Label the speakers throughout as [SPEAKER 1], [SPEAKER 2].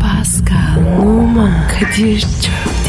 [SPEAKER 1] Pascal, Oman, Kadir çok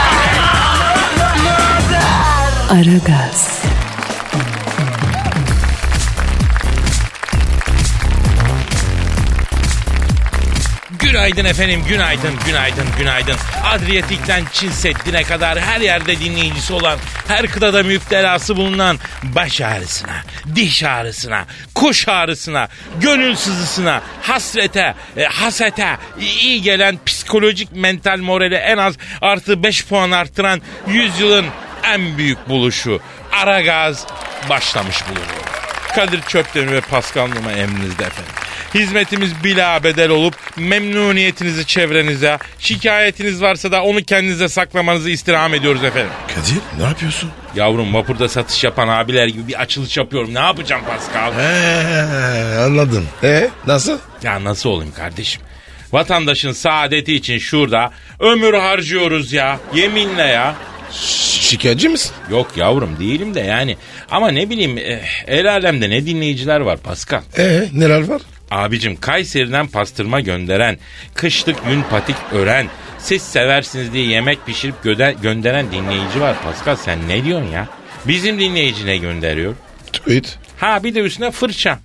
[SPEAKER 1] Aragaz,
[SPEAKER 2] Günaydın efendim, günaydın, günaydın, günaydın. Adriyatik'ten Çin Seddi'ne kadar her yerde dinleyicisi olan, her kıtada müptelası bulunan baş ağrısına, diş ağrısına, kuş ağrısına, gönül sızısına, hasrete, e, hasete iyi gelen psikolojik mental morali en az artı 5 puan arttıran yüzyılın en büyük buluşu ara gaz başlamış bulunuyor. Kadir Çöpten ve Pascal Numa emrinizde efendim. Hizmetimiz bila bedel olup memnuniyetinizi çevrenize, şikayetiniz varsa da onu kendinize saklamanızı istirham ediyoruz efendim.
[SPEAKER 3] Kadir ne yapıyorsun?
[SPEAKER 2] Yavrum vapurda satış yapan abiler gibi bir açılış yapıyorum. Ne yapacağım Pascal?
[SPEAKER 3] Ee, anladım. E nasıl?
[SPEAKER 2] Ya nasıl olayım kardeşim? Vatandaşın saadeti için şurada ömür harcıyoruz ya. Yeminle ya.
[SPEAKER 3] Ş- şikayetçi misin?
[SPEAKER 2] Yok yavrum değilim de yani. Ama ne bileyim eh, el alemde ne dinleyiciler var Pascal.
[SPEAKER 3] E neler var?
[SPEAKER 2] Abicim Kayseri'den pastırma gönderen, kışlık yün patik ören, siz seversiniz diye yemek pişirip göde- gönderen dinleyici var Pascal sen ne diyorsun ya? Bizim dinleyicine gönderiyor.
[SPEAKER 3] Tweet.
[SPEAKER 2] Ha bir de üstüne fırça.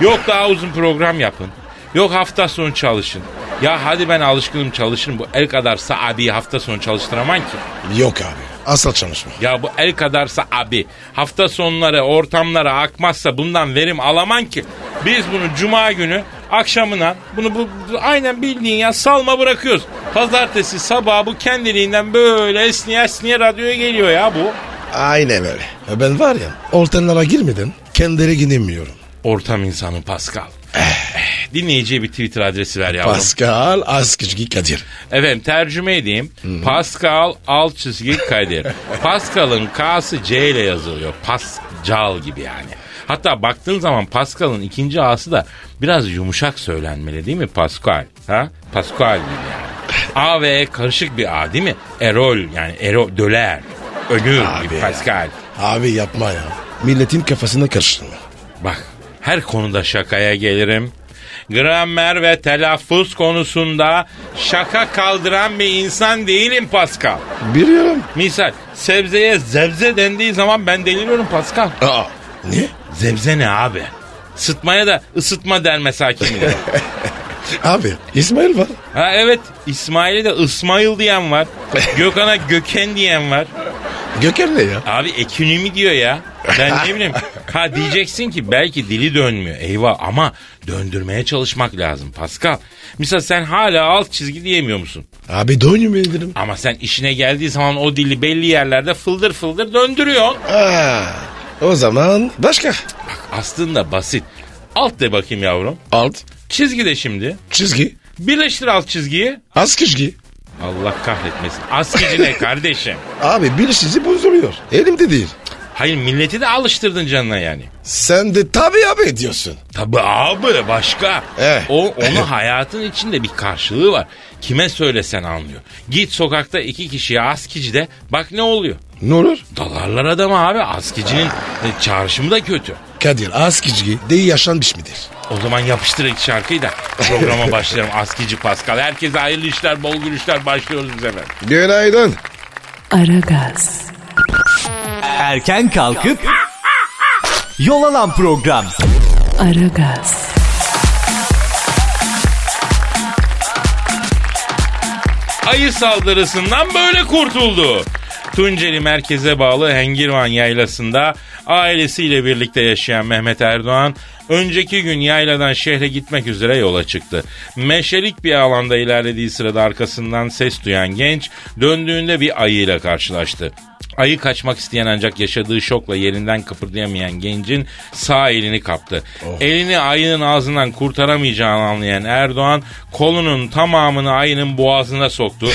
[SPEAKER 2] Yok daha uzun program yapın. Yok hafta sonu çalışın. Ya hadi ben alışkınım çalışırım. Bu el kadarsa abi hafta sonu çalıştıramam ki.
[SPEAKER 3] Yok abi. Asla çalışma.
[SPEAKER 2] Ya bu el kadarsa abi hafta sonları ortamlara akmazsa bundan verim alaman ki. Biz bunu cuma günü akşamına bunu bu, bu- aynen bildiğin ya salma bırakıyoruz. Pazartesi sabahı bu kendiliğinden böyle esniye esniye radyoya geliyor ya bu.
[SPEAKER 3] Aynen öyle. Ya Ben var ya ortamlara girmeden kendilere gidemiyorum.
[SPEAKER 2] Ortam insanı Pascal. Eh, Dinleyiciye bir Twitter adresi ver yavrum.
[SPEAKER 3] Pascal Askizgi Kadir.
[SPEAKER 2] Efendim tercüme edeyim. Pascal alt çizgi Kadir. Pascal'ın K'sı C ile yazılıyor. Pascal gibi yani. Hatta baktığın zaman Pascal'ın ikinci A'sı da biraz yumuşak söylenmeli değil mi Pascal? Ha? Pascal gibi yani. A ve E karışık bir A değil mi? Erol yani Erol Döler. Önür
[SPEAKER 3] Abi
[SPEAKER 2] gibi
[SPEAKER 3] ya.
[SPEAKER 2] Pascal.
[SPEAKER 3] Abi yapma ya. Milletin kafasına karıştırma.
[SPEAKER 2] Bak her konuda şakaya gelirim. Gramer ve telaffuz konusunda şaka kaldıran bir insan değilim Pascal.
[SPEAKER 3] Biliyorum.
[SPEAKER 2] Misal sebzeye zebze dendiği zaman ben deliriyorum Pascal.
[SPEAKER 3] Aa. Ne?
[SPEAKER 2] Zebze ne abi? Sıtmaya da ısıtma der hakimine.
[SPEAKER 3] Abi İsmail var.
[SPEAKER 2] ha evet İsmail'e de İsmail diyen var. Gökhan'a Göken diyen var.
[SPEAKER 3] Göker ne ya?
[SPEAKER 2] Abi ekonomi diyor ya. Ben ne bileyim. Ha diyeceksin ki belki dili dönmüyor. Eyvah ama döndürmeye çalışmak lazım Pascal. Misal sen hala alt çizgi diyemiyor musun?
[SPEAKER 3] Abi doyunu mu indirim?
[SPEAKER 2] Ama sen işine geldiği zaman o dili belli yerlerde fıldır fıldır döndürüyorsun.
[SPEAKER 3] Aa, o zaman başka.
[SPEAKER 2] Aslında basit. Alt de bakayım yavrum.
[SPEAKER 3] Alt
[SPEAKER 2] Çizgi de şimdi.
[SPEAKER 3] çizgi.
[SPEAKER 2] Birleştir alt çizgiyi.
[SPEAKER 3] Az çizgi.
[SPEAKER 2] Allah kahretmesin. Askici ne kardeşim?
[SPEAKER 3] Abi bir çizgi bozuluyor. Elimde değil.
[SPEAKER 2] Hayır milleti de alıştırdın canına yani.
[SPEAKER 3] Sen de tabii abi diyorsun.
[SPEAKER 2] Tabi abi başka.
[SPEAKER 3] Evet.
[SPEAKER 2] O onu hayatın içinde bir karşılığı var. Kime söylesen anlıyor. Git sokakta iki kişiye askici de bak ne oluyor.
[SPEAKER 3] Ne olur?
[SPEAKER 2] Dalarlar adamı abi. Askicinin e, çağrışımı da kötü.
[SPEAKER 3] Kadir az çizgi değil yaşanmış mıdır?
[SPEAKER 2] O zaman yapıştır ilk şarkıyı da programa başlayalım. Askici Pascal. Herkese hayırlı işler, bol gülüşler. Başlıyoruz biz hemen.
[SPEAKER 3] Günaydın.
[SPEAKER 1] Aragaz,
[SPEAKER 4] Erken kalkıp yol alan program.
[SPEAKER 1] Aragaz,
[SPEAKER 2] ayı saldırısından böyle kurtuldu. Tunceli merkeze bağlı Hengirvan yaylasında ailesiyle birlikte yaşayan Mehmet Erdoğan önceki gün yayladan şehre gitmek üzere yola çıktı. Meşelik bir alanda ilerlediği sırada arkasından ses duyan genç döndüğünde bir ayıyla karşılaştı. Ayı kaçmak isteyen ancak yaşadığı şokla yerinden kıpırdayamayan gencin sağ elini kaptı. Elini ayının ağzından kurtaramayacağını anlayan Erdoğan kolunun tamamını ayının boğazına soktu.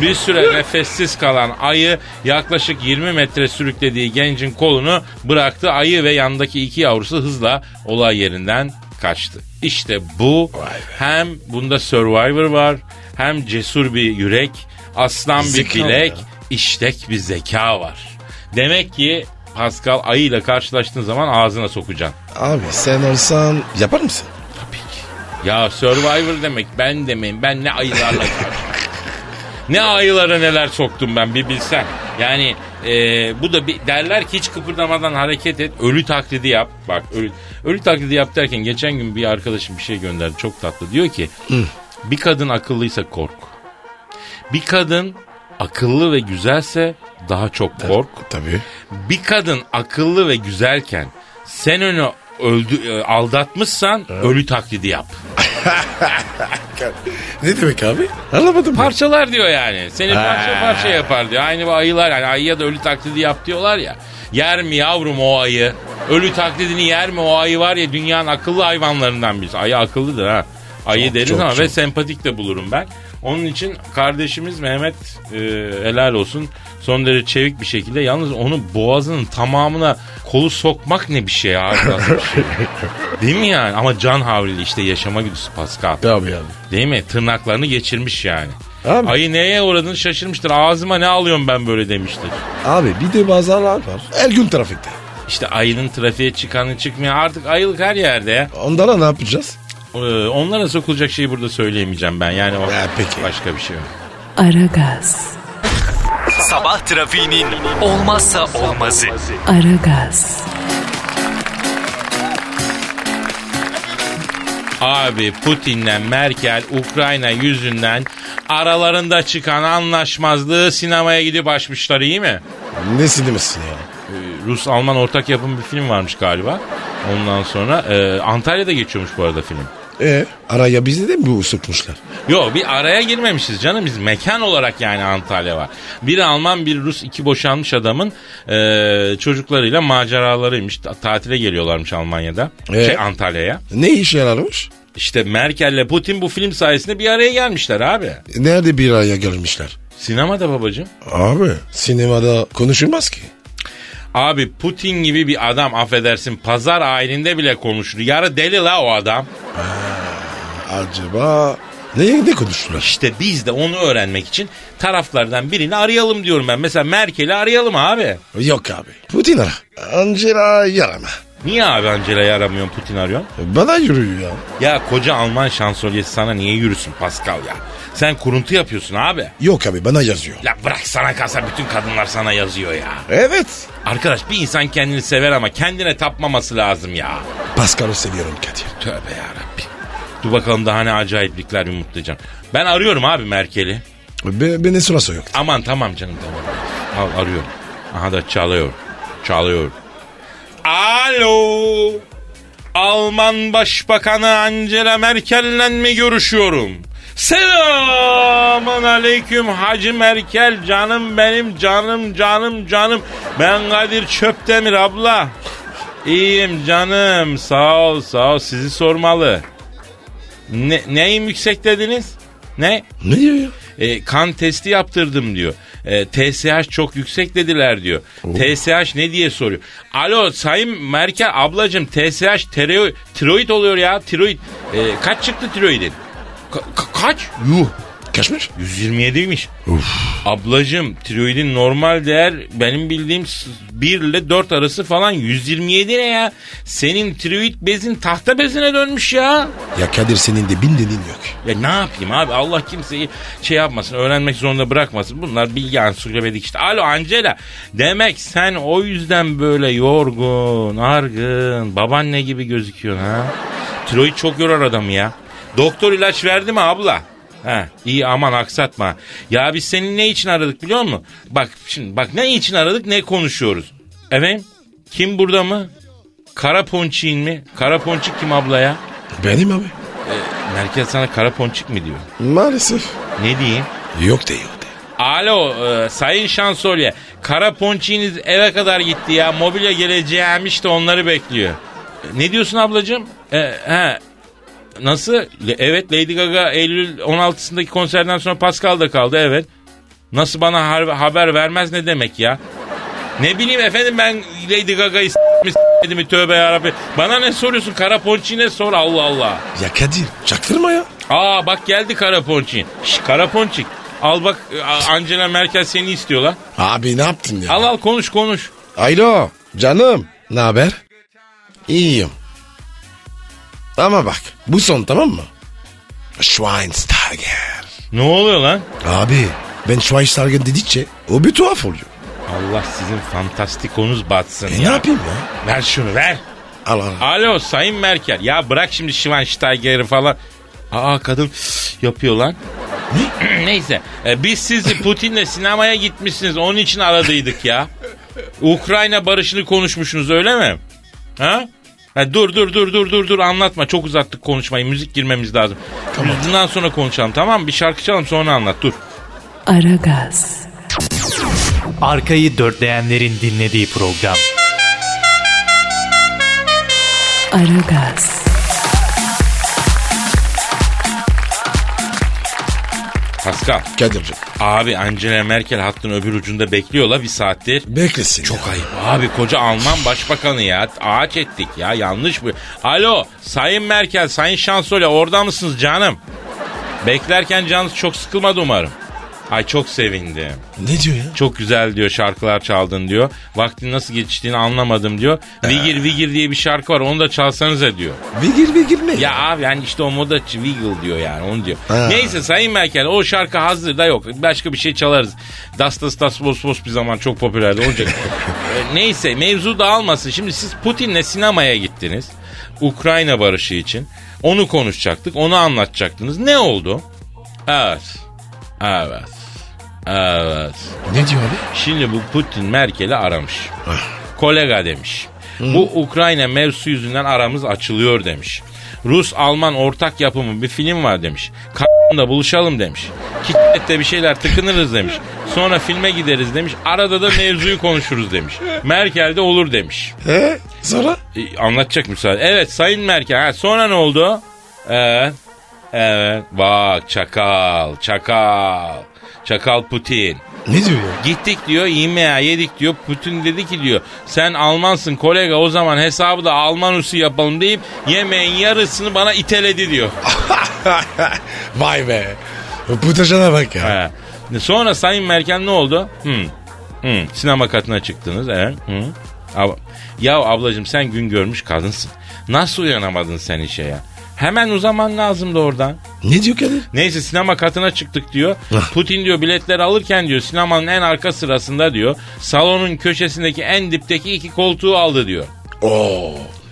[SPEAKER 2] Bir süre nefessiz kalan ayı yaklaşık 20 metre sürüklediği gencin kolunu bıraktı. Ayı ve yandaki iki yavrusu hızla olay yerinden kaçtı. İşte bu hem bunda Survivor var hem cesur bir yürek, aslan
[SPEAKER 3] Zeka
[SPEAKER 2] bir
[SPEAKER 3] mı
[SPEAKER 2] bilek,
[SPEAKER 3] ya?
[SPEAKER 2] işlek bir zeka var. Demek ki Pascal ayıyla karşılaştığın zaman ağzına sokacaksın.
[SPEAKER 3] Abi sen olsan yapar mısın?
[SPEAKER 2] Ya Survivor demek ben demeyin ben ne ayılarla karşılaştım. Ne ayılara neler soktum ben bir bilsen. Yani e, bu da bir derler ki hiç kıpırdamadan hareket et. Ölü taklidi yap. Bak ölü, ölü taklidi yap derken geçen gün bir arkadaşım bir şey gönderdi çok tatlı. Diyor ki bir kadın akıllıysa kork. Bir kadın akıllı ve güzelse daha çok kork.
[SPEAKER 3] Tabii.
[SPEAKER 2] Bir kadın akıllı ve güzelken sen onu öldü, e, aldatmışsan ölü taklidi yap.
[SPEAKER 3] Ne demek abi? Anlamadım. ben.
[SPEAKER 2] Parçalar diyor yani. Seni parça parça yapar diyor. Aynı bu ayılar yani ayıya da ölü taklidi yap diyorlar ya. Yer mi yavrum o ayı? Ölü taklidini yer mi o ayı var ya dünyanın akıllı hayvanlarından birisi. Ayı akıllıdır ha. Ayı deriz
[SPEAKER 3] çok,
[SPEAKER 2] ama
[SPEAKER 3] çok.
[SPEAKER 2] ve sempatik de bulurum ben. Onun için kardeşimiz Mehmet e, helal olsun son derece çevik bir şekilde yalnız onu boğazının tamamına kolu sokmak ne bir şey arkadaş. Değil mi yani? Ama can havlili işte yaşama güdüsü Pascal.
[SPEAKER 3] Abi abi.
[SPEAKER 2] Değil mi? Tırnaklarını geçirmiş yani.
[SPEAKER 3] Abi.
[SPEAKER 2] Ayı neye uğradığını şaşırmıştır. Ağzıma ne alıyorum ben böyle demiştir.
[SPEAKER 3] Abi bir de bazalar var. Her gün trafikte.
[SPEAKER 2] İşte ayının trafiğe çıkanı çıkmıyor. Artık ayılık her yerde ya.
[SPEAKER 3] Onlara ne yapacağız?
[SPEAKER 2] Ee, onlara sokulacak şeyi burada söyleyemeyeceğim ben. Yani o
[SPEAKER 3] Ya peki.
[SPEAKER 2] başka bir şey yok.
[SPEAKER 1] Aragaz,
[SPEAKER 4] Sabah trafiğinin olmazsa olmazı.
[SPEAKER 1] Aragaz,
[SPEAKER 2] Abi Putin'le Merkel Ukrayna yüzünden aralarında çıkan anlaşmazlığı sinemaya gidip açmışlar iyi mi? Ee,
[SPEAKER 3] Ne sinirmişsin ya?
[SPEAKER 2] Rus-Alman ortak yapım bir film varmış galiba. Ondan sonra e, Antalya'da geçiyormuş bu arada film.
[SPEAKER 3] E araya bizi de mi sokmuşlar?
[SPEAKER 2] Yo bir araya girmemişiz canım biz mekan olarak yani Antalya var. Bir Alman bir Rus iki boşanmış adamın e, çocuklarıyla maceralarıymış. Ta- tatile geliyorlarmış Almanya'da.
[SPEAKER 3] Ee?
[SPEAKER 2] Şey Antalya'ya.
[SPEAKER 3] Ne işe yararmış?
[SPEAKER 2] İşte Merkel'le Putin bu film sayesinde bir araya gelmişler abi.
[SPEAKER 3] Nerede bir araya gelmişler?
[SPEAKER 2] Sinemada babacığım.
[SPEAKER 3] Abi sinemada konuşulmaz ki.
[SPEAKER 2] Abi Putin gibi bir adam affedersin pazar ayininde bile konuşur. Yarı deli la o adam.
[SPEAKER 3] Acaba ne, ne konuştular?
[SPEAKER 2] İşte biz de onu öğrenmek için taraflardan birini arayalım diyorum ben. Mesela Merkel'i arayalım abi.
[SPEAKER 3] Yok abi. Putin ara. Angela yarama.
[SPEAKER 2] Niye abi Angela'yı aramıyorsun Putin arıyorsun?
[SPEAKER 3] Bana yürüyor ya.
[SPEAKER 2] Ya koca Alman şansölyesi sana niye yürüsün Pascal ya? Sen kuruntu yapıyorsun abi.
[SPEAKER 3] Yok abi bana yazıyor.
[SPEAKER 2] La bırak sana kalsa bütün kadınlar sana yazıyor ya.
[SPEAKER 3] Evet.
[SPEAKER 2] Arkadaş bir insan kendini sever ama kendine tapmaması lazım ya.
[SPEAKER 3] Pascal'ı seviyorum Kadir.
[SPEAKER 2] Tövbe yarabbim. Dur bakalım daha ne acayiplikler yumurtlayacağım. Ben arıyorum abi Merkel'i.
[SPEAKER 3] Be, beni sırası yok.
[SPEAKER 2] Aman tamam canım tamam. Al arıyorum. Aha da çalıyor. Çalıyor. Alo. Alman Başbakanı Angela Merkel'le mi görüşüyorum? Selamun aleyküm Hacı Merkel canım benim canım canım canım. Ben Kadir Çöptemir abla. İyiyim canım sağ ol sağ ol sizi sormalı. Ne, neyim yüksek dediniz? Ne?
[SPEAKER 3] Ne diyor ya?
[SPEAKER 2] E, kan testi yaptırdım diyor. E, TSH çok yüksek dediler diyor. TSH ne diye soruyor. Alo Sayın Merkel ablacım TSH tereo, tiroid oluyor ya tiroid. E, kaç çıktı tiroidin? Ka- ka- kaç?
[SPEAKER 3] Yuh. Kaçmış?
[SPEAKER 2] 127'ymiş. Ablacım tiroidin normal değer benim bildiğim s- 1 ile 4 arası falan 127 ne ya? Senin tiroid bezin tahta bezine dönmüş ya.
[SPEAKER 3] Ya Kadir senin de bin dediğin yok.
[SPEAKER 2] Ya ne yapayım abi Allah kimseyi şey yapmasın öğrenmek zorunda bırakmasın. Bunlar bilgi ansiklopedik işte. Alo Angela demek sen o yüzden böyle yorgun, argın, babaanne gibi gözüküyorsun ha. Tiroid çok yorar adamı ya. Doktor ilaç verdi mi abla? Ha, iyi aman aksatma. Ya biz seni ne için aradık biliyor musun? Bak şimdi bak ne için aradık ne konuşuyoruz. Efendim kim burada mı? Kara ponçiğin mi? Kara ponçik kim abla ya?
[SPEAKER 3] Benim abi.
[SPEAKER 2] Merkez sana kara ponçik mi diyor?
[SPEAKER 3] Maalesef.
[SPEAKER 2] Ne diyeyim?
[SPEAKER 3] Yok de yok de.
[SPEAKER 2] Alo e, Sayın Şansölye. Kara ponçiğiniz eve kadar gitti ya. Mobilya geleceğimiş de onları bekliyor. E, Ne diyorsun ablacığım? E, he. Nasıl? Le- evet Lady Gaga Eylül 16'sındaki konserden sonra Pascal'da kaldı evet. Nasıl bana har- haber vermez ne demek ya? Ne bileyim efendim ben Lady Gaga'yı s**mi s**medi mi tövbe yarabbim. Bana ne soruyorsun kara ponçiğine sor Allah Allah.
[SPEAKER 3] Ya Kadir çaktırma ya.
[SPEAKER 2] Aa bak geldi kara ponçik. Şş kara ponçik. Al bak e, a- Angela Merkel seni istiyorlar.
[SPEAKER 3] Abi ne yaptın ya?
[SPEAKER 2] Al al konuş konuş.
[SPEAKER 3] Alo canım. Ne haber? İyiyim. Ama bak bu son tamam mı? Schweinsteiger.
[SPEAKER 2] Ne oluyor lan?
[SPEAKER 3] Abi ben Schweinsteiger dedikçe o bir tuhaf oluyor.
[SPEAKER 2] Allah sizin fantastikonuz batsın
[SPEAKER 3] E ne
[SPEAKER 2] ya.
[SPEAKER 3] yapayım ya?
[SPEAKER 2] Ver şunu ver.
[SPEAKER 3] Al al.
[SPEAKER 2] Alo Sayın Merkel. Ya bırak şimdi Schweinsteiger'i falan. Aa kadın yapıyor lan. Neyse. e, biz sizi Putin'le sinemaya gitmişsiniz. Onun için aradıydık ya. Ukrayna barışını konuşmuşsunuz öyle mi? Ha? Ha, dur dur dur dur dur dur anlatma. Çok uzattık konuşmayı. Müzik girmemiz lazım. Biz bundan sonra konuşalım tamam mı? Bir şarkı çalalım sonra anlat dur.
[SPEAKER 1] Aragaz,
[SPEAKER 4] Arkayı dörtleyenlerin dinlediği program.
[SPEAKER 1] Aragaz,
[SPEAKER 2] Pascal.
[SPEAKER 3] Kadir'cim
[SPEAKER 2] Abi Angela Merkel hattın öbür ucunda bekliyor la bir saattir.
[SPEAKER 3] beklesin. ya.
[SPEAKER 2] Çok ayıp abi koca Alman başbakanı ya ağaç ettik ya yanlış bu. Alo Sayın Merkel Sayın Şansölye orada mısınız canım? Beklerken canınız çok sıkılmadı umarım. Ay çok sevindim.
[SPEAKER 3] Ne diyor ya?
[SPEAKER 2] Çok güzel diyor şarkılar çaldın diyor. Vaktin nasıl geçtiğini anlamadım diyor. Vigir Vigir diye bir şarkı var onu da çalsanıza diyor.
[SPEAKER 3] Vigir vigir ne?
[SPEAKER 2] Ya abi yani işte o moda ç- Wiggle diyor yani onu diyor.
[SPEAKER 3] Ha.
[SPEAKER 2] Neyse Sayın Merkel o şarkı hazır da yok. Başka bir şey çalarız. Das das das bos bos bir zaman çok popülerdi olacak. E, Neyse mevzu dağılmasın. Şimdi siz Putin'le sinemaya gittiniz. Ukrayna barışı için. Onu konuşacaktık. Onu anlatacaktınız. Ne oldu? Evet. Evet. Evet.
[SPEAKER 3] Ne diyor abi?
[SPEAKER 2] Şimdi bu Putin Merkel'i aramış. Kolega demiş. Bu Ukrayna mevzusu yüzünden aramız açılıyor demiş. Rus-Alman ortak yapımı bir film var demiş. da buluşalım demiş. Kitlette bir şeyler tıkınırız demiş. Sonra filme gideriz demiş. Arada da mevzuyu konuşuruz demiş. Merkel de olur demiş.
[SPEAKER 3] He? Sonra?
[SPEAKER 2] E, anlatacak müsaade. Evet Sayın Merkel. Ha, sonra ne oldu? Evet. Evet. Bak çakal. Çakal. Çakal Putin.
[SPEAKER 3] Ne diyor ya?
[SPEAKER 2] Gittik diyor yemeğe yedik diyor. Putin dedi ki diyor sen Almansın kolega o zaman hesabı da Alman usulü yapalım deyip yemeğin yarısını bana iteledi diyor.
[SPEAKER 3] Vay be. Bu taşana bak ya.
[SPEAKER 2] He. Sonra Sayın Merkel ne oldu? Hmm. Hmm. Sinema katına çıktınız. Evet. Hmm. Ab- ya ablacığım sen gün görmüş kadınsın. Nasıl uyanamadın sen işe ya? Hemen uzaman lazımdı oradan.
[SPEAKER 3] Ne diyor Kadir?
[SPEAKER 2] Neyse sinema katına çıktık diyor.
[SPEAKER 3] Ah.
[SPEAKER 2] Putin diyor biletleri alırken diyor sinemanın en arka sırasında diyor. Salonun köşesindeki en dipteki iki koltuğu aldı diyor.
[SPEAKER 3] Oo.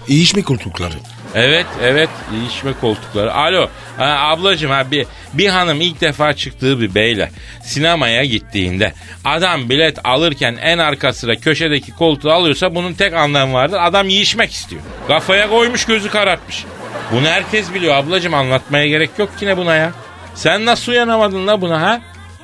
[SPEAKER 3] İyi iş mi koltukları?
[SPEAKER 2] Evet evet ilişme koltukları. Alo ha, ablacığım ha, bir, bir hanım ilk defa çıktığı bir beyle sinemaya gittiğinde adam bilet alırken en arka sıra köşedeki koltuğu alıyorsa bunun tek anlamı vardır. Adam yiyişmek istiyor. Kafaya koymuş gözü karartmış. Bunu herkes biliyor ablacığım anlatmaya gerek yok yine buna ya. Sen nasıl uyanamadın la buna ha?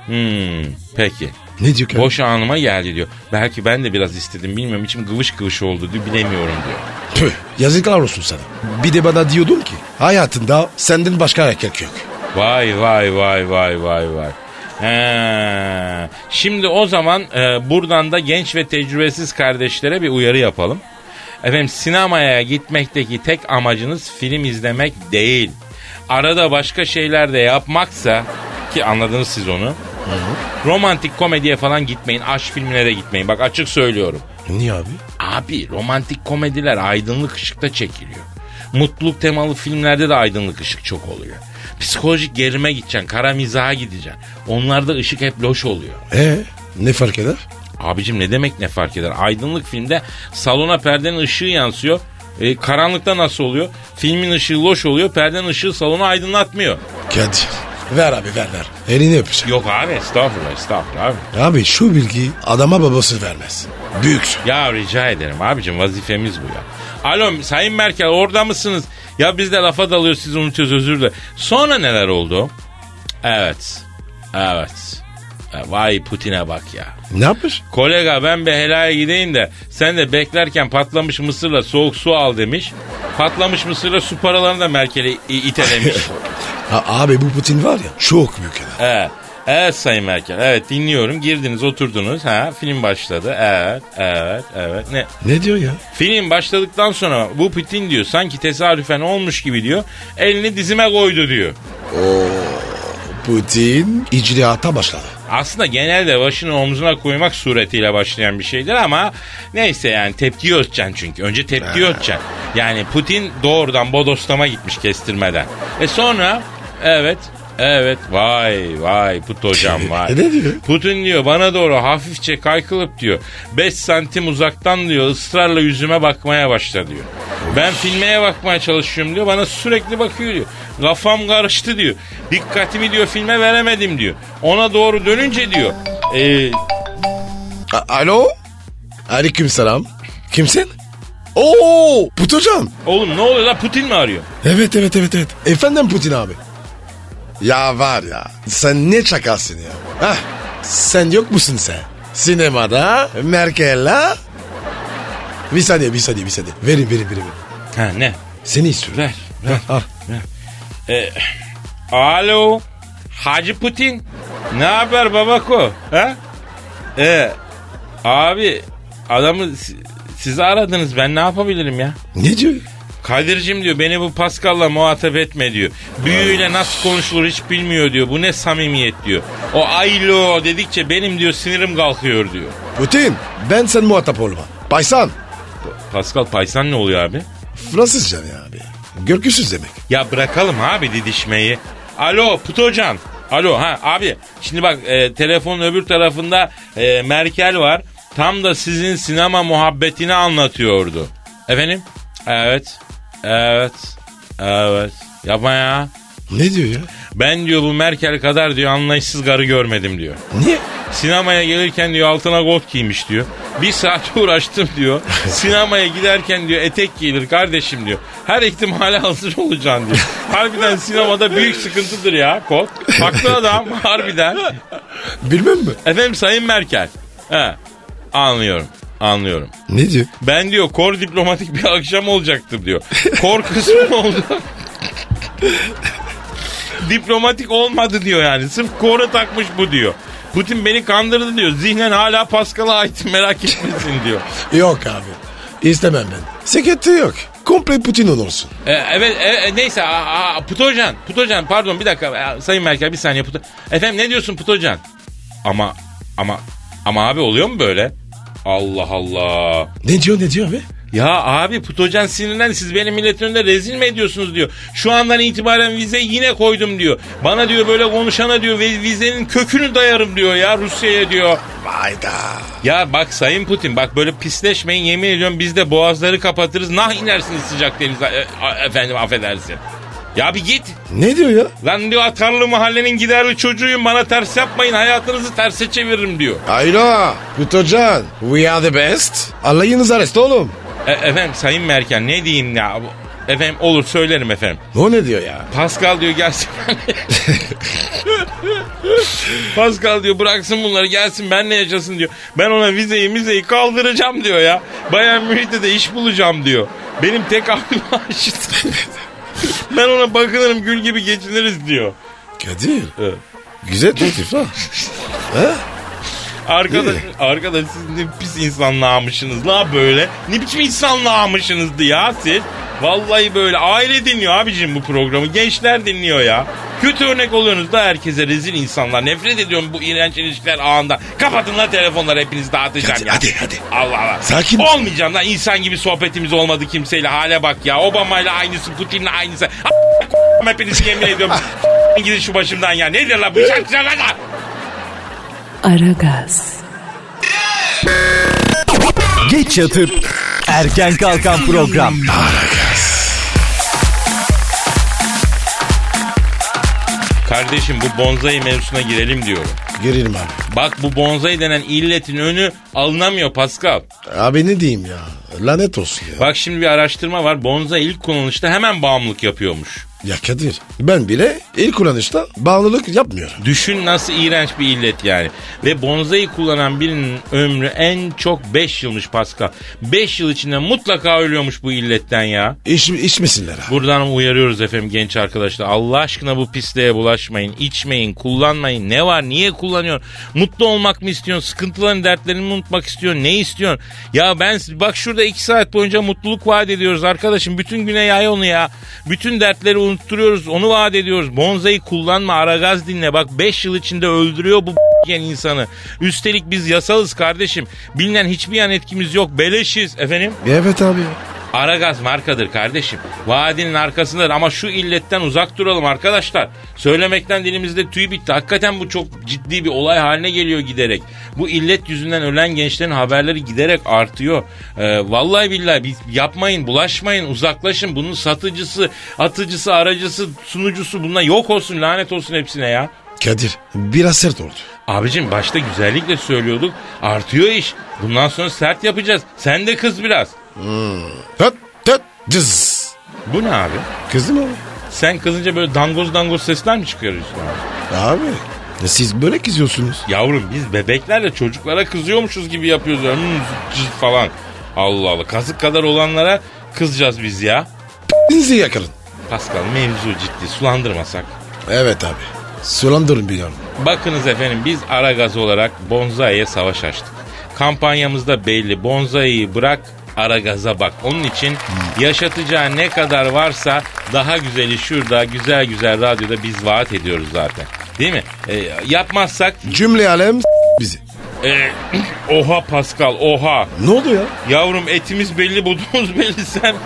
[SPEAKER 2] Hmm, peki.
[SPEAKER 3] Ne diyor Kadir?
[SPEAKER 2] Boş anıma geldi diyor. Belki ben de biraz istedim bilmiyorum içim gıvış gıvış oldu diyor bilemiyorum diyor.
[SPEAKER 3] Püh, yazıklar olsun sana. Bir de bana diyordun ki hayatında senden başka erkek yok.
[SPEAKER 2] Vay vay vay vay vay vay. He. Şimdi o zaman e, buradan da genç ve tecrübesiz kardeşlere bir uyarı yapalım. Efendim sinemaya gitmekteki tek amacınız film izlemek değil. Arada başka şeyler de yapmaksa ki anladınız siz onu. Romantik komediye falan gitmeyin. Aşk filmine de gitmeyin. Bak açık söylüyorum.
[SPEAKER 3] Niye abi?
[SPEAKER 2] Abi romantik komediler aydınlık ışıkta çekiliyor. Mutluluk temalı filmlerde de aydınlık ışık çok oluyor. Psikolojik gerime gideceksin, kara mizaha gideceksin. Onlarda ışık hep loş oluyor.
[SPEAKER 3] E ne fark eder?
[SPEAKER 2] Abicim ne demek ne fark eder? Aydınlık filmde salona perdenin ışığı yansıyor. E, karanlıkta nasıl oluyor? Filmin ışığı loş oluyor, perdenin ışığı salonu aydınlatmıyor.
[SPEAKER 3] Kadir. Ver abi ver ver. Elini öpeceğim.
[SPEAKER 2] Yok abi estağfurullah estağfurullah abi.
[SPEAKER 3] Abi şu bilgi adama babası vermez. Büyük.
[SPEAKER 2] Ya rica ederim abicim vazifemiz bu ya. Alo Sayın Merkel orada mısınız? Ya biz de lafa dalıyoruz siz unutuyoruz özür dilerim. Sonra neler oldu? Evet. Evet. Ha, Vay Putin'e bak ya.
[SPEAKER 3] Ne yapmış?
[SPEAKER 2] Kolega ben bir helaya gideyim de sen de beklerken patlamış mısırla soğuk su al demiş. Patlamış mısırla su paralarını da Merkel'e i- itelemiş.
[SPEAKER 3] A- abi bu Putin var ya çok büyük adam.
[SPEAKER 2] evet. Evet Sayın Merkel. Evet dinliyorum. Girdiniz oturdunuz. Ha film başladı. Evet. Evet. Evet. Ne?
[SPEAKER 3] Ne diyor ya?
[SPEAKER 2] Film başladıktan sonra bu Putin diyor sanki tesadüfen olmuş gibi diyor. Elini dizime koydu diyor.
[SPEAKER 3] Putin icraata başladı.
[SPEAKER 2] Aslında genelde başını omzuna koymak suretiyle başlayan bir şeydir ama neyse yani tepki ölçeceksin çünkü. Önce tepki ölçeceksin. Yani Putin doğrudan bodoslama gitmiş kestirmeden. E sonra evet Evet vay vay put hocam vay.
[SPEAKER 3] Ne diyor?
[SPEAKER 2] Putin diyor bana doğru hafifçe kaykılıp diyor 5 santim uzaktan diyor ısrarla yüzüme bakmaya başla diyor. Ben filmeye bakmaya çalışıyorum diyor bana sürekli bakıyor diyor. Kafam karıştı diyor. Dikkatimi diyor filme veremedim diyor. Ona doğru dönünce diyor. "Ee,
[SPEAKER 3] A- Alo? Aleyküm selam. Kimsin? Oo Putin hocam.
[SPEAKER 2] oğlum ne oluyor la Putin mi arıyor?
[SPEAKER 3] Evet evet evet evet. Efendim Putin abi. Ya var ya sen ne çakalsın ya. Hah, sen yok musun sen? Sinemada Merkel'la. Bir saniye bir saniye bir saniye. Verin verin verin. verin.
[SPEAKER 2] Ha ne?
[SPEAKER 3] Seni istiyorum.
[SPEAKER 2] Ver. ver.
[SPEAKER 3] Al.
[SPEAKER 2] Ee, alo Hacı Putin. Ne haber babako? Ha? Ee, abi adamı si- sizi aradınız ben ne yapabilirim ya?
[SPEAKER 3] Ne diyor?
[SPEAKER 2] Kadir'cim diyor beni bu Pascal'la muhatap etme diyor. Büyüyle nasıl konuşulur hiç bilmiyor diyor. Bu ne samimiyet diyor. O aylo dedikçe benim diyor sinirim kalkıyor diyor.
[SPEAKER 3] Putin ben sen muhatap olma. Paysan.
[SPEAKER 2] Pascal Paysan ne oluyor abi?
[SPEAKER 3] Fransızca ne abi? Görgüsüz demek.
[SPEAKER 2] Ya bırakalım abi didişmeyi. Alo Putocan. Alo ha abi şimdi bak e, telefonun öbür tarafında e, Merkel var. Tam da sizin sinema muhabbetini anlatıyordu. Efendim? Evet. Evet. Evet. Yapma ya.
[SPEAKER 3] Ne diyor ya?
[SPEAKER 2] Ben diyor bu Merkel kadar diyor anlayışsız garı görmedim diyor.
[SPEAKER 3] Niye?
[SPEAKER 2] Sinemaya gelirken diyor altına kot giymiş diyor. Bir saat uğraştım diyor. Sinemaya giderken diyor etek giyilir kardeşim diyor. Her ihtimale hazır olacaksın diyor. Harbiden sinemada büyük sıkıntıdır ya kot. Haklı adam harbiden.
[SPEAKER 3] Bilmem mi?
[SPEAKER 2] Efendim Sayın Merkel. He, anlıyorum anlıyorum.
[SPEAKER 3] Ne diyor?
[SPEAKER 2] Ben diyor kor diplomatik bir akşam olacaktı diyor. Kor kısmı oldu. diplomatik olmadı diyor yani. Sırf kora takmış bu diyor. Putin beni kandırdı diyor. Zihnen hala Pascal'a ait merak etmesin diyor.
[SPEAKER 3] Yok abi. İstemem ben. Sekreter yok. Komple Putin olursun.
[SPEAKER 2] E, evet e, e, neyse a, a, Putocan. Putocan pardon bir dakika E, Sayın Merkel bir saniye Puto. Efendim ne diyorsun Putocan? Ama ama ama abi oluyor mu böyle? Allah Allah.
[SPEAKER 3] Ne diyor ne diyor abi?
[SPEAKER 2] Ya abi Putocan sinirlendi siz benim milletin önünde rezil mi ediyorsunuz diyor. Şu andan itibaren vize yine koydum diyor. Bana diyor böyle konuşana diyor "ve vizenin kökünü dayarım diyor ya Rusya'ya diyor.
[SPEAKER 3] Hayda.
[SPEAKER 2] Ya bak Sayın Putin bak böyle pisleşmeyin yemin ediyorum biz de boğazları kapatırız. Nah inersiniz sıcak denize E, a- efendim affedersin. Ya bir git.
[SPEAKER 3] Ne diyor ya?
[SPEAKER 2] Lan diyor atarlı mahallenin giderli çocuğuyum bana ters yapmayın hayatınızı terse çeviririm diyor.
[SPEAKER 3] Hayda. Kutocan. We are the best. Alayınız arrest oğlum.
[SPEAKER 2] E, efendim Sayın Merkel ne diyeyim ya? Efendim olur söylerim efendim.
[SPEAKER 3] O ne diyor ya?
[SPEAKER 2] Pascal diyor gelsin. Pascal diyor bıraksın bunları gelsin benle yaşasın diyor. Ben ona vizeyi vizeyi kaldıracağım diyor ya. Bayan Münih'te de iş bulacağım diyor. Benim tek abim aşık. ben ona bakınırım gül gibi geçiniriz diyor.
[SPEAKER 3] Kadir.
[SPEAKER 2] Evet.
[SPEAKER 3] Güzel teklif ha. ha?
[SPEAKER 2] Arkadaş, arkadaş siz ne pis insanlığamışsınız la böyle. Ne biçim insanlığamışsınızdı ya siz. Vallahi böyle aile dinliyor abicim bu programı. Gençler dinliyor ya. Kötü örnek oluyorsunuz da herkese rezil insanlar. Nefret ediyorum bu iğrenç ilişkiler ağında. Kapatın la telefonları hepinizi dağıtacağım
[SPEAKER 3] Hadi,
[SPEAKER 2] ya.
[SPEAKER 3] hadi, hadi.
[SPEAKER 2] Allah Allah.
[SPEAKER 3] Sakin.
[SPEAKER 2] Olmayacağım lan insan gibi sohbetimiz olmadı kimseyle. Hale bak ya. Obama'yla aynısı, Putin'le aynısı. A- Hepinizi yemin ediyorum. Gidin şu başımdan ya. Nedir la bu? Şak- şak- şak- şak.
[SPEAKER 1] Aragaz,
[SPEAKER 4] Geç yatıp erken kalkan program.
[SPEAKER 2] Kardeşim bu bonzai mevzusuna girelim diyorum.
[SPEAKER 3] Girelim abi.
[SPEAKER 2] Bak bu bonzai denen illetin önü alınamıyor Pascal.
[SPEAKER 3] Abi ne diyeyim ya? Lanet olsun ya.
[SPEAKER 2] Bak şimdi bir araştırma var. Bonzai ilk kullanışta hemen bağımlılık yapıyormuş.
[SPEAKER 3] Ya Kadir ben bile ilk kullanışta bağlılık yapmıyorum.
[SPEAKER 2] Düşün nasıl iğrenç bir illet yani. Ve bonzayı kullanan birinin ömrü en çok 5 yılmış Pascal. 5 yıl içinde mutlaka ölüyormuş bu illetten ya.
[SPEAKER 3] İç, içmesinler abi.
[SPEAKER 2] Buradan uyarıyoruz efendim genç arkadaşlar. Allah aşkına bu pisliğe bulaşmayın. içmeyin, kullanmayın. Ne var, niye kullanıyorsun? Mutlu olmak mı istiyorsun? Sıkıntılarını, dertlerini mi unutmak istiyorsun? Ne istiyorsun? Ya ben bak şurada iki saat boyunca mutluluk vaat ediyoruz arkadaşım. Bütün güne yay onu ya. Bütün dertleri unutturuyoruz. Onu vaat ediyoruz. Bonzayı kullanma, aragaz dinle. Bak 5 yıl içinde öldürüyor bu yiyen insanı. Üstelik biz yasalız kardeşim. Bilinen hiçbir yan etkimiz yok. Beleşiz efendim.
[SPEAKER 3] Evet abi.
[SPEAKER 2] Aragaz markadır kardeşim. Vadinin arkasındadır ama şu illetten uzak duralım arkadaşlar. Söylemekten dilimizde tüy bitti. Hakikaten bu çok ciddi bir olay haline geliyor giderek. Bu illet yüzünden ölen gençlerin haberleri giderek artıyor. Ee, vallahi billahi biz yapmayın, bulaşmayın, uzaklaşın. Bunun satıcısı, atıcısı, aracısı, sunucusu bunlar yok olsun lanet olsun hepsine ya.
[SPEAKER 3] Kadir biraz sert oldu.
[SPEAKER 2] Abicim başta güzellikle söylüyorduk. Artıyor iş. Bundan sonra sert yapacağız. Sen de kız biraz.
[SPEAKER 3] Töt töt cız.
[SPEAKER 2] Bu ne abi?
[SPEAKER 3] Kızdı mı abi?
[SPEAKER 2] Sen kızınca böyle dangoz dangoz sesler mi çıkarıyorsun abi?
[SPEAKER 3] Abi ya siz böyle kızıyorsunuz.
[SPEAKER 2] Yavrum biz bebeklerle çocuklara kızıyormuşuz gibi yapıyoruz. öyle, "Hmm, cız" falan. Allah Allah. Kazık kadar olanlara kızacağız biz ya.
[SPEAKER 3] Dinizi yakarın.
[SPEAKER 2] Pascal mevzu ciddi. Sulandırmasak.
[SPEAKER 3] Evet abi. Sulandırın biliyorum.
[SPEAKER 2] Bakınız efendim biz Aragaz olarak Bonzai'ye savaş açtık. Kampanyamızda belli Bonzai'yi bırak Aragaz'a bak. Onun için yaşatacağı ne kadar varsa daha güzeli şurada güzel güzel radyoda biz vaat ediyoruz zaten. Değil mi? E, yapmazsak
[SPEAKER 3] Cümle alem s- bizi.
[SPEAKER 2] e, oha Pascal oha.
[SPEAKER 3] Ne oldu ya?
[SPEAKER 2] Yavrum etimiz belli budumuz belli sen.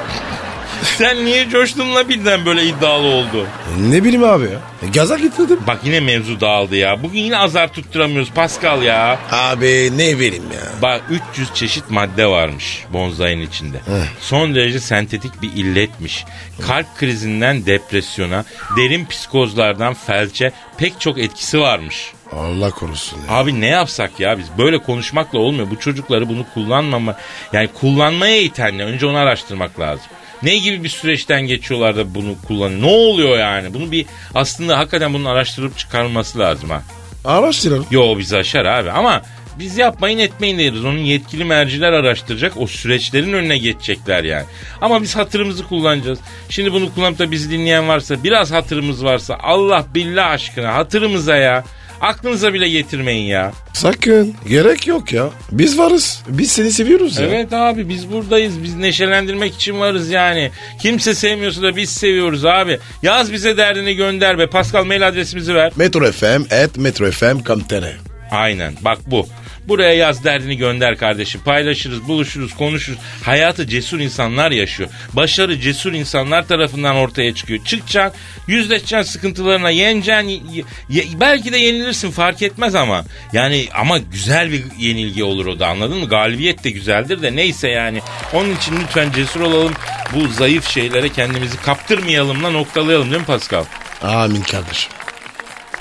[SPEAKER 2] Sen niye coştunla birden böyle iddialı oldu?
[SPEAKER 3] Ne bileyim abi ya. Gaza getirdim.
[SPEAKER 2] Bak yine mevzu dağıldı ya. Bugün yine azar tutturamıyoruz Pascal ya.
[SPEAKER 3] Abi ne bileyim ya.
[SPEAKER 2] Bak 300 çeşit madde varmış bonzayın içinde. Son derece sentetik bir illetmiş. Kalp krizinden depresyona, derin psikozlardan felçe pek çok etkisi varmış.
[SPEAKER 3] Allah korusun ya.
[SPEAKER 2] Abi ne yapsak ya biz böyle konuşmakla olmuyor. Bu çocukları bunu kullanmama yani kullanmaya itenle önce onu araştırmak lazım. Ne gibi bir süreçten geçiyorlar da bunu kullan? Ne oluyor yani? Bunu bir aslında hakikaten bunun araştırıp çıkarılması lazım ha.
[SPEAKER 3] Araştıralım.
[SPEAKER 2] Yo bizi aşar abi ama biz yapmayın etmeyin deriz. Onun yetkili merciler araştıracak. O süreçlerin önüne geçecekler yani. Ama biz hatırımızı kullanacağız. Şimdi bunu kullanıp da bizi dinleyen varsa biraz hatırımız varsa Allah billah aşkına hatırımıza ya. Aklınıza bile getirmeyin ya.
[SPEAKER 3] Sakın. Gerek yok ya. Biz varız. Biz seni seviyoruz ya.
[SPEAKER 2] Evet abi biz buradayız. Biz neşelendirmek için varız yani. Kimse sevmiyorsa da biz seviyoruz abi. Yaz bize derdini gönder be. Pascal mail adresimizi ver.
[SPEAKER 3] Metro FM et Metro FM kamtere.
[SPEAKER 2] Aynen bak bu. Buraya yaz derdini gönder kardeşim. Paylaşırız, buluşuruz, konuşuruz. Hayatı cesur insanlar yaşıyor. Başarı cesur insanlar tarafından ortaya çıkıyor. Çıkacaksın, yüzleşeceksin sıkıntılarına, yeneceksin. y- y- belki de yenilirsin fark etmez ama. Yani ama güzel bir yenilgi olur o da anladın mı? Galibiyet de güzeldir de neyse yani. Onun için lütfen cesur olalım. Bu zayıf şeylere kendimizi kaptırmayalım da noktalayalım değil mi Pascal?
[SPEAKER 3] Amin kardeşim.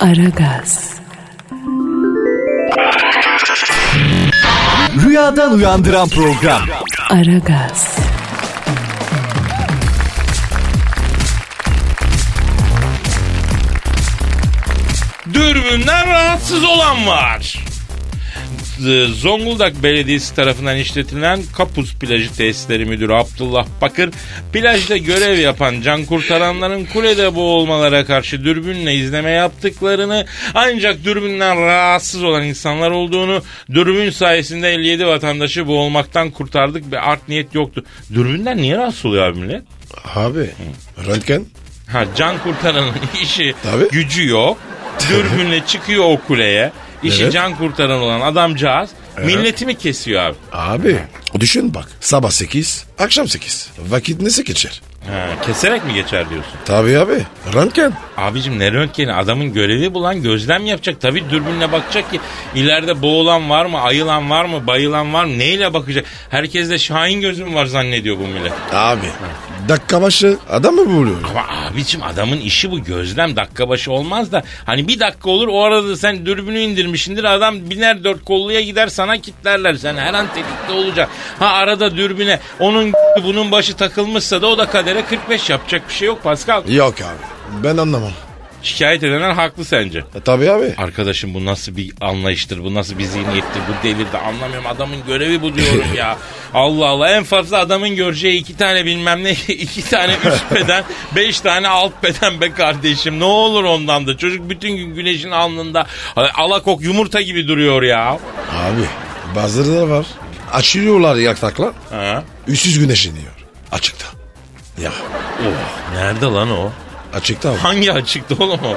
[SPEAKER 1] Aragaz,
[SPEAKER 4] Rüyadan uyandıran program.
[SPEAKER 1] Aragaz,
[SPEAKER 2] Dürbünden rahatsız olan var. Z- Zonguldak Belediyesi tarafından işletilen Kapuz Plajı Tesisleri Müdürü Abdullah Bakır, plajda görev yapan can kurtaranların kulede boğulmalara karşı dürbünle izleme yaptıklarını ancak dürbünden rahatsız olan insanlar olduğunu, dürbün sayesinde 57 vatandaşı boğulmaktan kurtardık ve art niyet yoktu. Dürbünden niye rahatsız oluyor abi millet?
[SPEAKER 3] Abi röntgen.
[SPEAKER 2] Ha can kurtaranın işi
[SPEAKER 3] Tabii.
[SPEAKER 2] gücü yok. Dürbünle çıkıyor o kuleye. İşi
[SPEAKER 3] Evet.
[SPEAKER 2] can kurtaran olan adamcağız milleti mi kesiyor abi?
[SPEAKER 3] Abi düşün bak. Sabah 8, akşam 8. Vakit nasıl geçer?
[SPEAKER 2] Ha, keserek mi geçer diyorsun?
[SPEAKER 3] Tabii abi. Röntgen.
[SPEAKER 2] Abicim ne röntgeni adamın görevi bulan gözlem yapacak. Tabii dürbünle bakacak ki ileride boğulan var mı, ayılan var mı, bayılan var mı neyle bakacak? Herkes de şahin gözüm var zannediyor bu millet.
[SPEAKER 3] Abi dakika başı adam mı buluyor?
[SPEAKER 2] Ama abicim adamın işi bu gözlem dakika başı olmaz da hani bir dakika olur o arada da sen dürbünü indirmişindir adam biner dört kolluya gider sana kitlerler sen her an tetikte olacak. Ha arada dürbüne onun bunun başı takılmışsa da o da kadere kere 45 yapacak bir şey yok Pascal.
[SPEAKER 3] Yok abi. Ben anlamam.
[SPEAKER 2] Şikayet edenler haklı sence.
[SPEAKER 3] E tabi abi.
[SPEAKER 2] Arkadaşım bu nasıl bir anlayıştır, bu nasıl bir zihniyettir, bu delirdi anlamıyorum. Adamın görevi bu diyorum ya. Allah Allah en fazla adamın göreceği iki tane bilmem ne, iki tane üst beden, beş tane alt beden be kardeşim. Ne olur ondan da. Çocuk bütün gün güneşin alnında alakok yumurta gibi duruyor ya.
[SPEAKER 3] Abi bazıları da var. Açılıyorlar yatakla.
[SPEAKER 2] Ha?
[SPEAKER 3] Üstsüz güneşleniyor. Açıkta. Ya
[SPEAKER 2] Oh, nerede lan o?
[SPEAKER 3] açıkta abi.
[SPEAKER 2] Hangi açıkta oğlum o?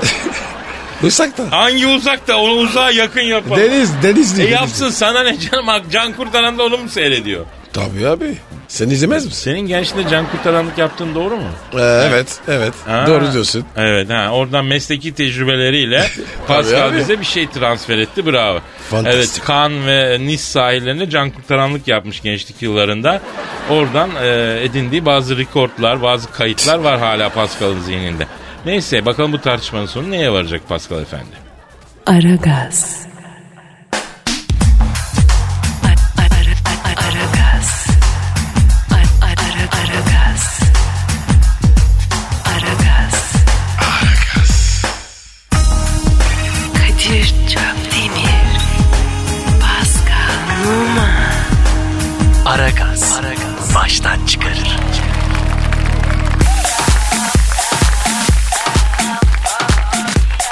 [SPEAKER 3] Uzakta.
[SPEAKER 2] Hangi uzakta? Onu uzağa yakın yapalım.
[SPEAKER 3] Deniz, deniz
[SPEAKER 2] E
[SPEAKER 3] değil.
[SPEAKER 2] yapsın sana ne canım? Bak, Can kurtaran da onu mu seyrediyor?
[SPEAKER 3] Tabii abi. Sen izlemez misin?
[SPEAKER 2] Senin gençliğinde can kurtaranlık yaptığın doğru mu?
[SPEAKER 3] Ee, evet, evet.
[SPEAKER 2] Ha.
[SPEAKER 3] Doğru diyorsun.
[SPEAKER 2] Evet ha oradan mesleki tecrübeleriyle
[SPEAKER 3] Tabii
[SPEAKER 2] Pascal
[SPEAKER 3] abi.
[SPEAKER 2] bize bir şey transfer etti bravo.
[SPEAKER 3] Fantastik.
[SPEAKER 2] Evet Kan ve Nis sahillerinde can kurtaranlık yapmış gençlik yıllarında. Oradan e, edindiği bazı rekortlar bazı kayıtlar var hala Pascal'ın zihninde. Neyse bakalım bu tartışmanın sonu neye varacak Pascal efendi?
[SPEAKER 1] Aragaz. Aragaz. Aragaz. Aragaz. Aragaz. Kadir Çapdemir. Pascal Numa. Aragaz. Baştan çıkarır.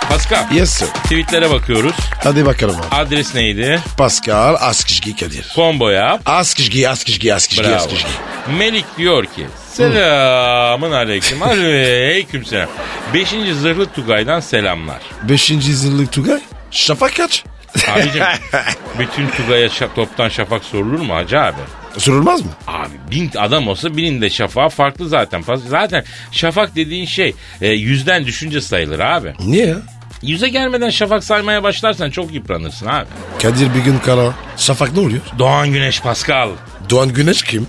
[SPEAKER 2] Pascal
[SPEAKER 3] Yes sir.
[SPEAKER 2] tweetlere bakıyoruz.
[SPEAKER 3] Hadi bakalım abi.
[SPEAKER 2] Adres neydi?
[SPEAKER 3] Pascal Askışgi Kadir.
[SPEAKER 2] Combo yap.
[SPEAKER 3] Askışgi, Askışgi, Askışgi,
[SPEAKER 2] Bravo.
[SPEAKER 3] Askışgi.
[SPEAKER 2] Melik diyor ki selamın aleyküm aleyküm selam. Beşinci zırhlı Tugay'dan selamlar.
[SPEAKER 3] Beşinci zırhlı Tugay. Şafak kaç?
[SPEAKER 2] Abicim bütün Tugay'a şa- toptan şafak sorulur mu hacı abi?
[SPEAKER 3] Sorulmaz mı?
[SPEAKER 2] Abi bin adam olsa birinin de şafağı farklı zaten. Fas- Zaten şafak dediğin şey e, yüzden düşünce sayılır abi.
[SPEAKER 3] Niye ya?
[SPEAKER 2] Yüze gelmeden şafak saymaya başlarsan çok yıpranırsın abi.
[SPEAKER 3] Kadir bir gün kara. Şafak ne oluyor?
[SPEAKER 2] Doğan Güneş Pascal.
[SPEAKER 3] Doğan Güneş kim?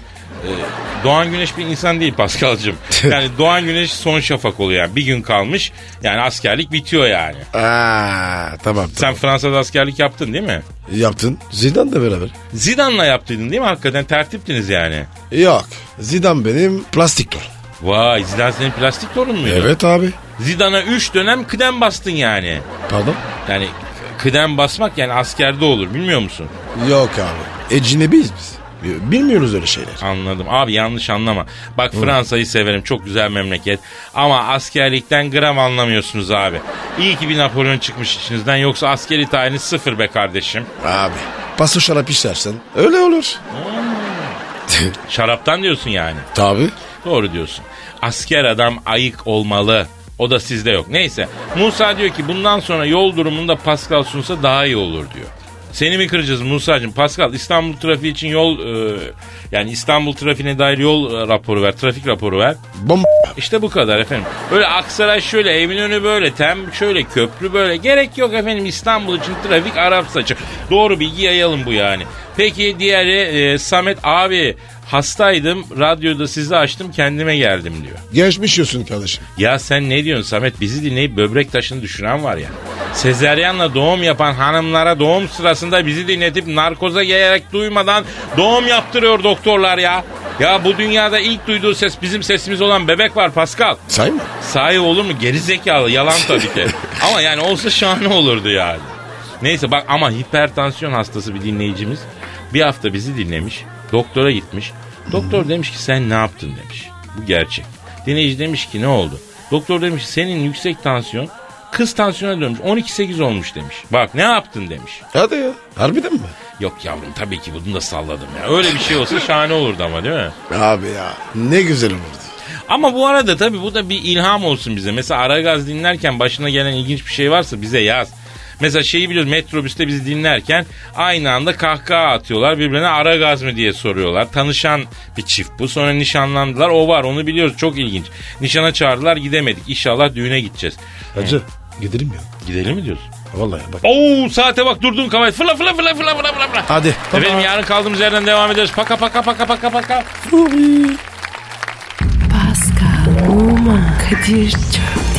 [SPEAKER 2] Doğan Güneş bir insan değil Paskal'cığım. Yani Doğan Güneş son şafak oluyor. Yani. Bir gün kalmış yani askerlik bitiyor yani.
[SPEAKER 3] Aa, tamam.
[SPEAKER 2] Sen Fransa'da askerlik yaptın değil mi?
[SPEAKER 3] Yaptın. Zidane da beraber.
[SPEAKER 2] Zidane'la yaptıydın değil mi? Hakikaten tertiptiniz yani.
[SPEAKER 3] Yok. Zidane benim plastik dur.
[SPEAKER 2] Vay Zidane senin plastik torun muydu?
[SPEAKER 3] Evet abi.
[SPEAKER 2] Zidane'a 3 dönem kıdem bastın yani.
[SPEAKER 3] Pardon?
[SPEAKER 2] Yani kıdem basmak yani askerde olur bilmiyor musun?
[SPEAKER 3] Yok abi. Ecinebiyiz biz. Bilmiyoruz öyle şeyler.
[SPEAKER 2] Anladım. Abi yanlış anlama. Bak Fransa'yı severim. Çok güzel memleket. Ama askerlikten gram anlamıyorsunuz abi. İyi ki bir Napolyon çıkmış içinizden. Yoksa askeri tayini sıfır be kardeşim.
[SPEAKER 3] Abi. Paso şarap içersen öyle olur.
[SPEAKER 2] Şaraptan diyorsun yani.
[SPEAKER 3] Tabi.
[SPEAKER 2] Doğru diyorsun. Asker adam ayık olmalı. O da sizde yok. Neyse. Musa diyor ki bundan sonra yol durumunda Pascal sunsa daha iyi olur diyor. Seni mi kıracağız Musa'cığım? Pascal İstanbul trafiği için yol e, yani İstanbul trafiğine dair yol e, raporu ver. Trafik raporu ver.
[SPEAKER 3] Bomba.
[SPEAKER 2] İşte bu kadar efendim. Böyle Aksaray şöyle, Eminönü böyle, Tem şöyle, köprü böyle. Gerek yok efendim İstanbul için trafik Arap saçı. Doğru bilgi yayalım bu yani. Peki diğeri e, Samet abi hastaydım radyoda sizi açtım kendime geldim diyor.
[SPEAKER 3] Geçmiş olsun kardeşim.
[SPEAKER 2] Ya sen ne diyorsun Samet bizi dinleyip böbrek taşını düşüren var ya. Sezeryanla doğum yapan hanımlara doğum sırasında bizi dinletip narkoza gelerek duymadan doğum yaptırıyor doktorlar ya. Ya bu dünyada ilk duyduğu ses bizim sesimiz olan bebek var Pascal.
[SPEAKER 3] Say mı?
[SPEAKER 2] Sahi olur mu? Geri zekalı. Yalan tabii ki. ama yani olsa şahane olurdu yani. Neyse bak ama hipertansiyon hastası bir dinleyicimiz bir hafta bizi dinlemiş. Doktora gitmiş. Doktor demiş ki sen ne yaptın demiş. Bu gerçek. Dinleyici demiş ki ne oldu? Doktor demiş ki senin yüksek tansiyon kız tansiyona dönmüş. 12-8 olmuş demiş. Bak ne yaptın demiş.
[SPEAKER 3] Hadi ya. Harbiden mi?
[SPEAKER 2] Yok yavrum tabii ki bunu da salladım ya. Öyle bir şey olsa şahane olurdu ama değil mi?
[SPEAKER 3] Abi ya. Ne güzel olurdu.
[SPEAKER 2] Ama bu arada tabii bu da bir ilham olsun bize. Mesela Aragaz dinlerken başına gelen ilginç bir şey varsa bize yaz. Mesela şeyi biliyoruz metrobüste bizi dinlerken aynı anda kahkaha atıyorlar birbirine Aragaz mı diye soruyorlar. Tanışan bir çift bu sonra nişanlandılar o var onu biliyoruz çok ilginç. Nişana çağırdılar gidemedik İnşallah düğüne gideceğiz.
[SPEAKER 3] Hacı. Gidelim ya.
[SPEAKER 2] Gidelim mi diyorsun?
[SPEAKER 3] Vallahi bak.
[SPEAKER 2] Oo saate bak durdun kavay fırla fırla fırla fırla fırla fırla.
[SPEAKER 3] Hadi.
[SPEAKER 2] Efendim yarın kaldığımız yerden devam ederiz. Paka paka paka paka paka.
[SPEAKER 1] Pascal, Oman, Kadir çok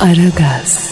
[SPEAKER 1] Aragaz.